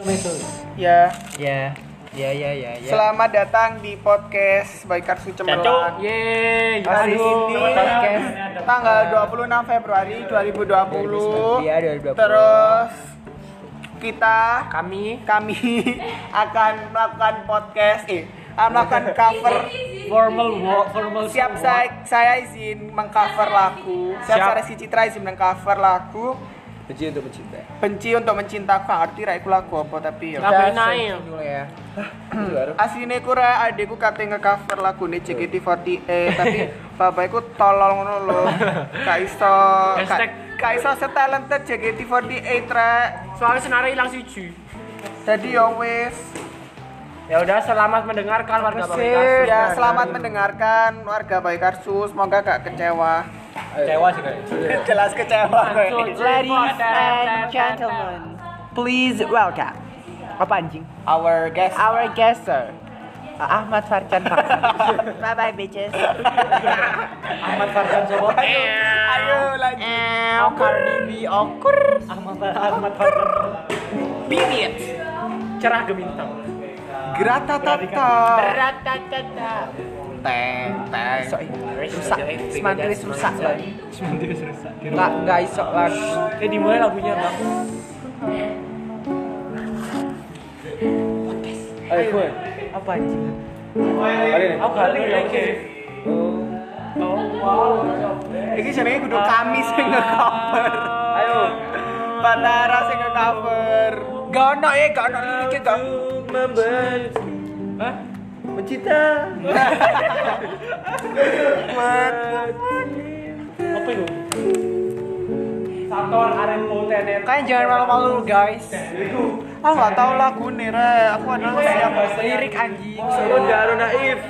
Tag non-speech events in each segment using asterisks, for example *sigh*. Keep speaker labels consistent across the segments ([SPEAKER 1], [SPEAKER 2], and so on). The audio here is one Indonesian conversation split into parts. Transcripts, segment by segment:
[SPEAKER 1] apa itu?
[SPEAKER 2] Ya,
[SPEAKER 1] Ya, ya, ya, ya, ya.
[SPEAKER 2] selamat datang di podcast Baikar Sucemerlang.
[SPEAKER 1] Yeay,
[SPEAKER 2] Hari
[SPEAKER 1] aduh,
[SPEAKER 2] ini
[SPEAKER 1] podcast.
[SPEAKER 2] tanggal 26 Februari 2020.
[SPEAKER 1] Iya, 2020.
[SPEAKER 2] Terus kita
[SPEAKER 1] Kami
[SPEAKER 2] kami *laughs* akan melakukan podcast eh akan melakukan cover
[SPEAKER 1] formal walk, formal
[SPEAKER 2] siap
[SPEAKER 1] walk.
[SPEAKER 2] saya saya izin mengcover lagu siap,
[SPEAKER 1] Siap.
[SPEAKER 2] saya si Citra izin mengcover lagu
[SPEAKER 1] Benci untuk mencinta.
[SPEAKER 2] benci untuk mencintaku nggak ngerti raiku lagu apa tapi ya
[SPEAKER 1] Tapi naik dulu ya.
[SPEAKER 2] Asline ku ra adekku kate nge-cover lagu JKT48 tapi bapakku tolol ngono lho. Ka iso
[SPEAKER 3] Hashtag.
[SPEAKER 2] ka iso setalented JKT48 rek.
[SPEAKER 3] Soalnya senarnya hilang siji.
[SPEAKER 2] Jadi yo wis.
[SPEAKER 3] Ya udah, selamat mendengarkan warga Pamekasan.
[SPEAKER 2] Ya selamat mendengarkan warga Baik Arsu, semoga gak kecewa.
[SPEAKER 1] Kecewa sih kayak.
[SPEAKER 2] *laughs* Jelas kecewa
[SPEAKER 3] Ladies and
[SPEAKER 2] gentlemen, please welcome. Apa anjing? Our guest. Our guest sir. Ahmad Farcan *laughs*
[SPEAKER 4] Bye bye bitches.
[SPEAKER 1] Ahmad Farhan Sobo.
[SPEAKER 2] Ayo lanjut. Cardi B, okur.
[SPEAKER 1] Ahmad Ahmad Farhan.
[SPEAKER 2] Period.
[SPEAKER 3] Cerah gemintang.
[SPEAKER 2] Grata tata.
[SPEAKER 3] Ratatata.
[SPEAKER 2] Teng teng.
[SPEAKER 4] Rusak. Semantri rusak.
[SPEAKER 1] Sementara rusak.
[SPEAKER 4] Enggak enggak iso lagu.
[SPEAKER 3] Eh dimulai lagunya bang.
[SPEAKER 1] Ayo, gue.
[SPEAKER 4] Apa anjing?
[SPEAKER 1] Mari nih.
[SPEAKER 3] Aku kali ya oke.
[SPEAKER 2] Iki jenenge kudu kami sing nge-cover.
[SPEAKER 1] Ayo.
[SPEAKER 2] Batara sing nge-cover. Gak ono eh, gak ono iki gak.
[SPEAKER 1] Membenci. Hah?
[SPEAKER 2] *laughs*
[SPEAKER 1] Mencinta.
[SPEAKER 3] Apa itu? Sator aren tenet.
[SPEAKER 2] Kalian jangan malu-malu guys. Aku gak tau lagu nih re, aku adalah siapa lirik anjing.
[SPEAKER 1] Salon Garo Naif.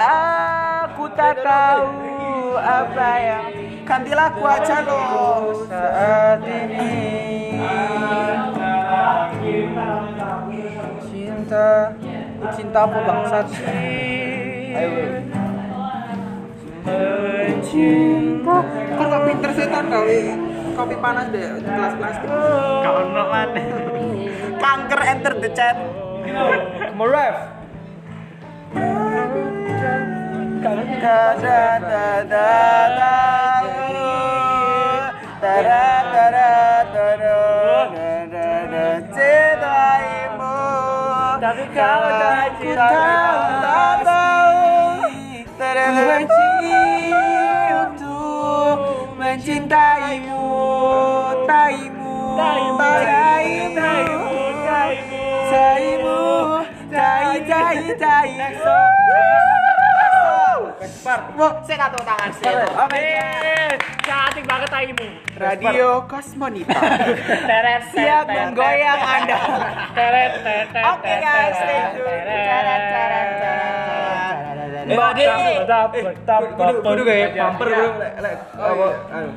[SPEAKER 2] Aku tak tahu apa yang ganti lagu aja loh saat ini. Cinta, cinta apa bangsat sih?
[SPEAKER 1] Ayo. bro.
[SPEAKER 2] Mencinta. Kan gak pinter setan gawe kopi panas deh untuk kelas plastik.
[SPEAKER 3] Kono maneh.
[SPEAKER 2] Kanker enter the chat.
[SPEAKER 1] Meref.
[SPEAKER 2] Da da da da da. Da da da da da da. Da da da. Cintaimu.
[SPEAKER 3] Tapi kau tak
[SPEAKER 2] Aku
[SPEAKER 3] cinta.
[SPEAKER 2] tahu, tak tahu. Da da da. untuk mencintaimu, taimu,
[SPEAKER 3] Taimu,
[SPEAKER 2] taimu,
[SPEAKER 3] taimu,
[SPEAKER 2] taimu, tai, tai, tai. Wo, saya nggak tahu tangan saya. Oh my God.
[SPEAKER 3] Eh, cantik banget
[SPEAKER 2] ah
[SPEAKER 3] taimu.
[SPEAKER 2] Radio Kosmonita
[SPEAKER 3] Teret
[SPEAKER 2] siap menggoyang Anda.
[SPEAKER 3] Teret teret.
[SPEAKER 2] Oke guys, stay tune. Teret, teret, teret. Bade.
[SPEAKER 3] Eh,
[SPEAKER 1] Kudu kudu kayak pamper
[SPEAKER 2] Iya.
[SPEAKER 1] kudu lek lek
[SPEAKER 2] Oh,
[SPEAKER 1] apa anu.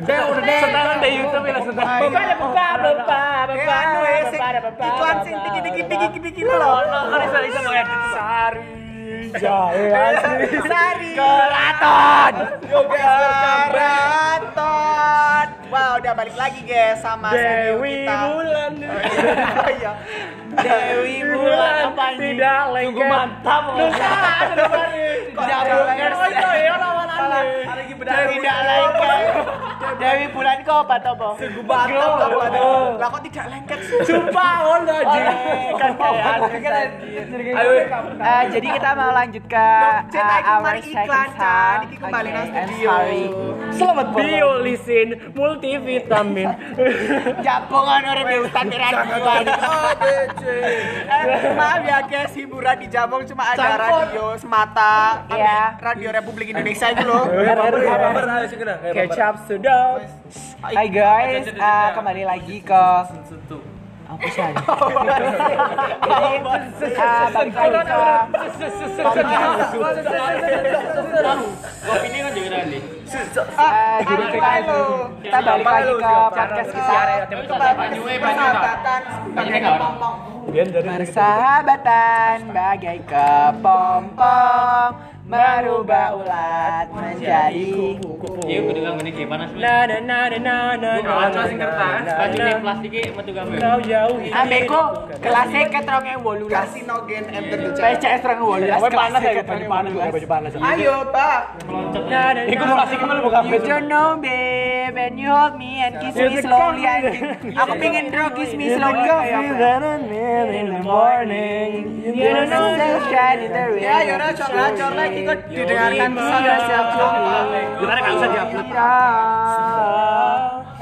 [SPEAKER 1] Gede
[SPEAKER 3] Oh,
[SPEAKER 1] udah deh.
[SPEAKER 3] Setelan di YouTube ya setelan. Bapak, bapak, bapak,
[SPEAKER 2] Eh,
[SPEAKER 3] bapak,
[SPEAKER 2] anu ya, sing-
[SPEAKER 3] bapak, bapak,
[SPEAKER 2] iklan sing
[SPEAKER 3] bapak,
[SPEAKER 2] dikit-dikit
[SPEAKER 3] bapak.
[SPEAKER 2] dikit-dikit loh.
[SPEAKER 3] Ono kan bisa bisa mau edit sari. eh,
[SPEAKER 2] Sari.
[SPEAKER 3] Keraton.
[SPEAKER 1] Yo guys, welcome back.
[SPEAKER 2] Keraton. Wah, udah balik lagi guys sama studio
[SPEAKER 3] Dewi
[SPEAKER 2] kita.
[SPEAKER 3] Bulan.
[SPEAKER 2] *laughs* Oh, iya. Dewi Bulan.
[SPEAKER 3] Bulan
[SPEAKER 2] Apa ini?
[SPEAKER 3] tidak lengket. Sungguh mantap. Nusa, sari.
[SPEAKER 2] Jabul
[SPEAKER 3] Ngerti. Oh itu ya lawanannya.
[SPEAKER 2] Dewi tidak lengket. Dewi Bulan kok apa tobo? Sungguh
[SPEAKER 3] mantap,
[SPEAKER 2] apa
[SPEAKER 3] Tobo.
[SPEAKER 2] tobo? Lah kok tidak lengket sih?
[SPEAKER 3] Jumpa ono anjing.
[SPEAKER 2] Kan kayak
[SPEAKER 1] Ayo.
[SPEAKER 4] Eh, jadi kita mau lanjut ke
[SPEAKER 2] Cek
[SPEAKER 4] uh,
[SPEAKER 2] aku
[SPEAKER 4] our
[SPEAKER 2] mari iklan
[SPEAKER 4] second
[SPEAKER 2] Chan.
[SPEAKER 4] song.
[SPEAKER 2] Iki kembali
[SPEAKER 4] Okay,
[SPEAKER 2] nang
[SPEAKER 4] I'm
[SPEAKER 2] studio. Oh,
[SPEAKER 4] sorry.
[SPEAKER 2] Selamat
[SPEAKER 3] Biolisin, multivitamin.
[SPEAKER 2] Jabongan orang di hutan di radio. Eh, maaf ya guys, hiburan di Jabong cuma ada radio semata.
[SPEAKER 4] Iya.
[SPEAKER 2] Ambil Radio Republik Indonesia itu loh.
[SPEAKER 1] Ayo pamper, pamper ayo sing kena. Ayo, pamper.
[SPEAKER 3] Kecap sedap.
[SPEAKER 2] iya.
[SPEAKER 4] Hi guys, eh, kembali lagi ke apa sih? Jadi eh, balik lagi ke kan eh, jadi kita kita balik lagi ke podcast kita
[SPEAKER 2] Persahabatan sebagai kepompong.
[SPEAKER 4] persahabatan bagai kepompong
[SPEAKER 2] merubah ulat menjadi
[SPEAKER 4] Iya, gue dengar ini gimana sih?
[SPEAKER 3] Na
[SPEAKER 2] Nah,
[SPEAKER 3] na na na na na.
[SPEAKER 4] Gue kalah cuma sing kertas, bajunya
[SPEAKER 3] Nah,
[SPEAKER 4] plastiknya metu gawe.
[SPEAKER 3] Kau jauh.
[SPEAKER 2] Abeko kelasnya keterongnya wolu las
[SPEAKER 5] Kasinogen M37.
[SPEAKER 2] PCS terang wolu las panas ya baju panas baju panas
[SPEAKER 5] Ayo, Pak.
[SPEAKER 3] Na na na.
[SPEAKER 2] You don't know babe and you hold me and kiss me slowly anjing *laughs* Aku pengen draw kiss me slowly kayak apa?
[SPEAKER 3] in the morning. Ya,
[SPEAKER 2] You don't know the shine in the rain
[SPEAKER 5] Iya, Ya, yaudah, cor-cor lagi kok didengarkan pesan
[SPEAKER 2] Iya, siap, siap.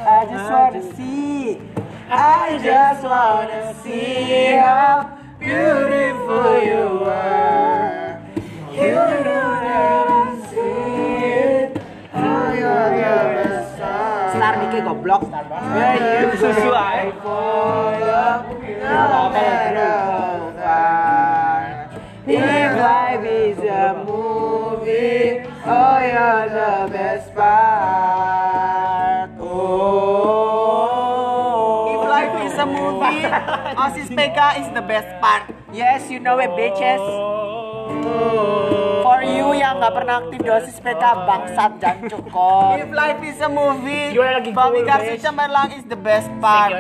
[SPEAKER 2] I just wanna see I just wanna see how beautiful you are You don't ever see it How you're ever Star Nike goblok Yeah, you Iya, susu aja If life is a movie, oh you're the best part. Oh.
[SPEAKER 5] If life is a movie, Osis PK is the best part.
[SPEAKER 2] Yes, you know it, bitches. For you yang nggak pernah aktif dosis PK bangsat dan cukon.
[SPEAKER 5] If life is a movie,
[SPEAKER 3] Gimana lagi
[SPEAKER 5] Bami
[SPEAKER 3] cool,
[SPEAKER 5] Karsu
[SPEAKER 3] guys?
[SPEAKER 5] Cemerlang is the best part.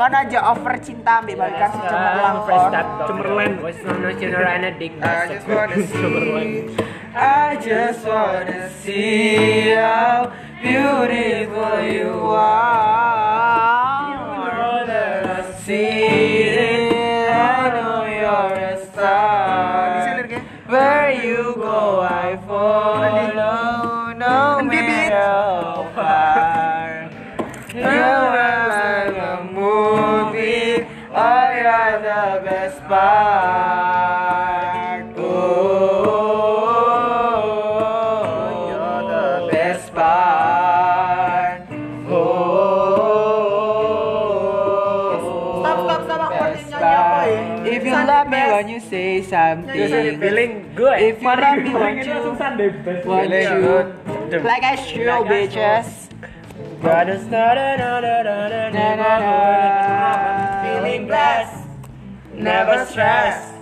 [SPEAKER 2] Kan aja over cinta ambil balikan si
[SPEAKER 3] Ah,
[SPEAKER 2] cemerlang kon.
[SPEAKER 3] oh, Cemerlan. Cemerlan. Ah, *laughs*
[SPEAKER 2] I just wanna see how beautiful you are. See it, I know you're a star. Where you go, I follow. No matter how far. You are like a movie. I are the best part. Oh, you're the best part. Oh,
[SPEAKER 5] Stop, stop, stop, aku
[SPEAKER 2] best
[SPEAKER 5] nyanyi apa ya?
[SPEAKER 2] part. If you love me when you say something.
[SPEAKER 3] Feeling good.
[SPEAKER 2] If you love me when you want you like I show bitches.
[SPEAKER 3] Brothers, na na na na na na na
[SPEAKER 2] Na, na, na.
[SPEAKER 3] Feeling blessed, never stressed.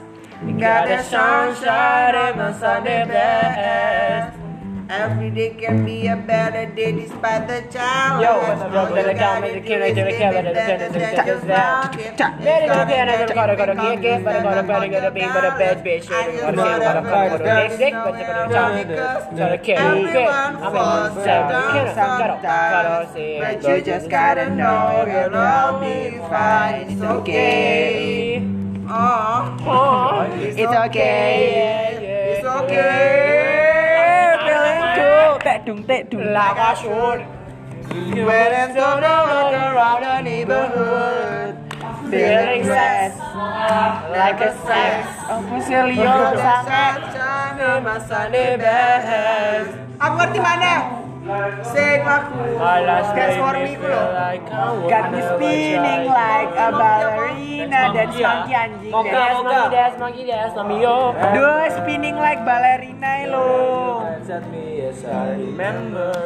[SPEAKER 3] Got the sunshine in my Sunday best.
[SPEAKER 5] Every day can be a better day despite the challenge.
[SPEAKER 3] Yo, what's up, bro? Gotta come and kill it, gotta kill it, gotta kill it, gotta kill it, gotta Better than better, gotta gotta gotta get get, better gotta better gotta be, but a bad bitch, gotta gotta get, gotta come, gotta get sick, but you gotta try it. Gotta kill it, get. I'm a sad, kill it, gotta gotta see it,
[SPEAKER 5] But you just gotta know you'll all be fine. It's okay. Oh,
[SPEAKER 2] It's okay.
[SPEAKER 5] it's okay.
[SPEAKER 2] Feeling cool. Tek dung tek dung.
[SPEAKER 3] Like I should.
[SPEAKER 5] When it's all around around the neighborhood,
[SPEAKER 2] Feeling stress.
[SPEAKER 5] like a sex.
[SPEAKER 2] Apa sih Leo?
[SPEAKER 5] You're the sunshine on my Sunday best. Aku ngerti mana? Sing aku.
[SPEAKER 3] My last
[SPEAKER 5] Dance
[SPEAKER 3] day
[SPEAKER 5] for
[SPEAKER 3] may
[SPEAKER 5] me ku
[SPEAKER 3] feel
[SPEAKER 5] loh.
[SPEAKER 3] like I would
[SPEAKER 2] Got me
[SPEAKER 3] never
[SPEAKER 2] spinning
[SPEAKER 3] try.
[SPEAKER 2] like a ballerina dan monkey anjing.
[SPEAKER 3] Monkey
[SPEAKER 2] Dance
[SPEAKER 3] dance, monkey dance, monkey dance, Namio.
[SPEAKER 2] Duh, spinning like ballerina lo.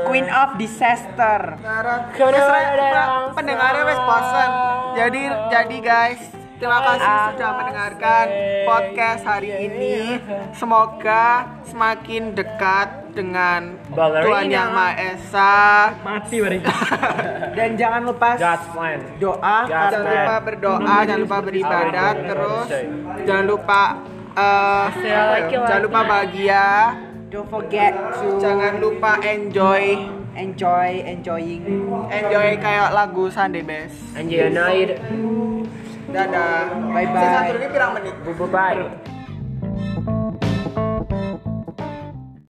[SPEAKER 2] Queen of disaster.
[SPEAKER 5] Wes, Re, pra- pendengarnya wes bosen. Jadi jadi guys, terima kasih
[SPEAKER 2] Ah,
[SPEAKER 5] sudah mendengarkan podcast hari
[SPEAKER 2] Iya,
[SPEAKER 5] ini. Semoga semakin dekat dengan
[SPEAKER 3] Ballerina.
[SPEAKER 5] Tuhan Yang Maha Esa.
[SPEAKER 3] Mati bari.
[SPEAKER 2] Dan jangan lupa
[SPEAKER 3] God's plan.
[SPEAKER 2] doa.
[SPEAKER 3] God's
[SPEAKER 5] Ya, Jangan
[SPEAKER 3] plan.
[SPEAKER 5] lupa berdoa, jangan lupa beribadah terus. Jangan lupa eh, jangan lupa bahagia.
[SPEAKER 2] Don't forget to
[SPEAKER 5] Jangan lupa enjoy,
[SPEAKER 2] enjoy enjoying.
[SPEAKER 5] enjoy kayak lagu Sunday Best.
[SPEAKER 3] Anjir, nair.
[SPEAKER 5] Dadah.
[SPEAKER 2] Bye-bye.
[SPEAKER 5] Saya satu lagi pirang menit.
[SPEAKER 3] Bye-bye.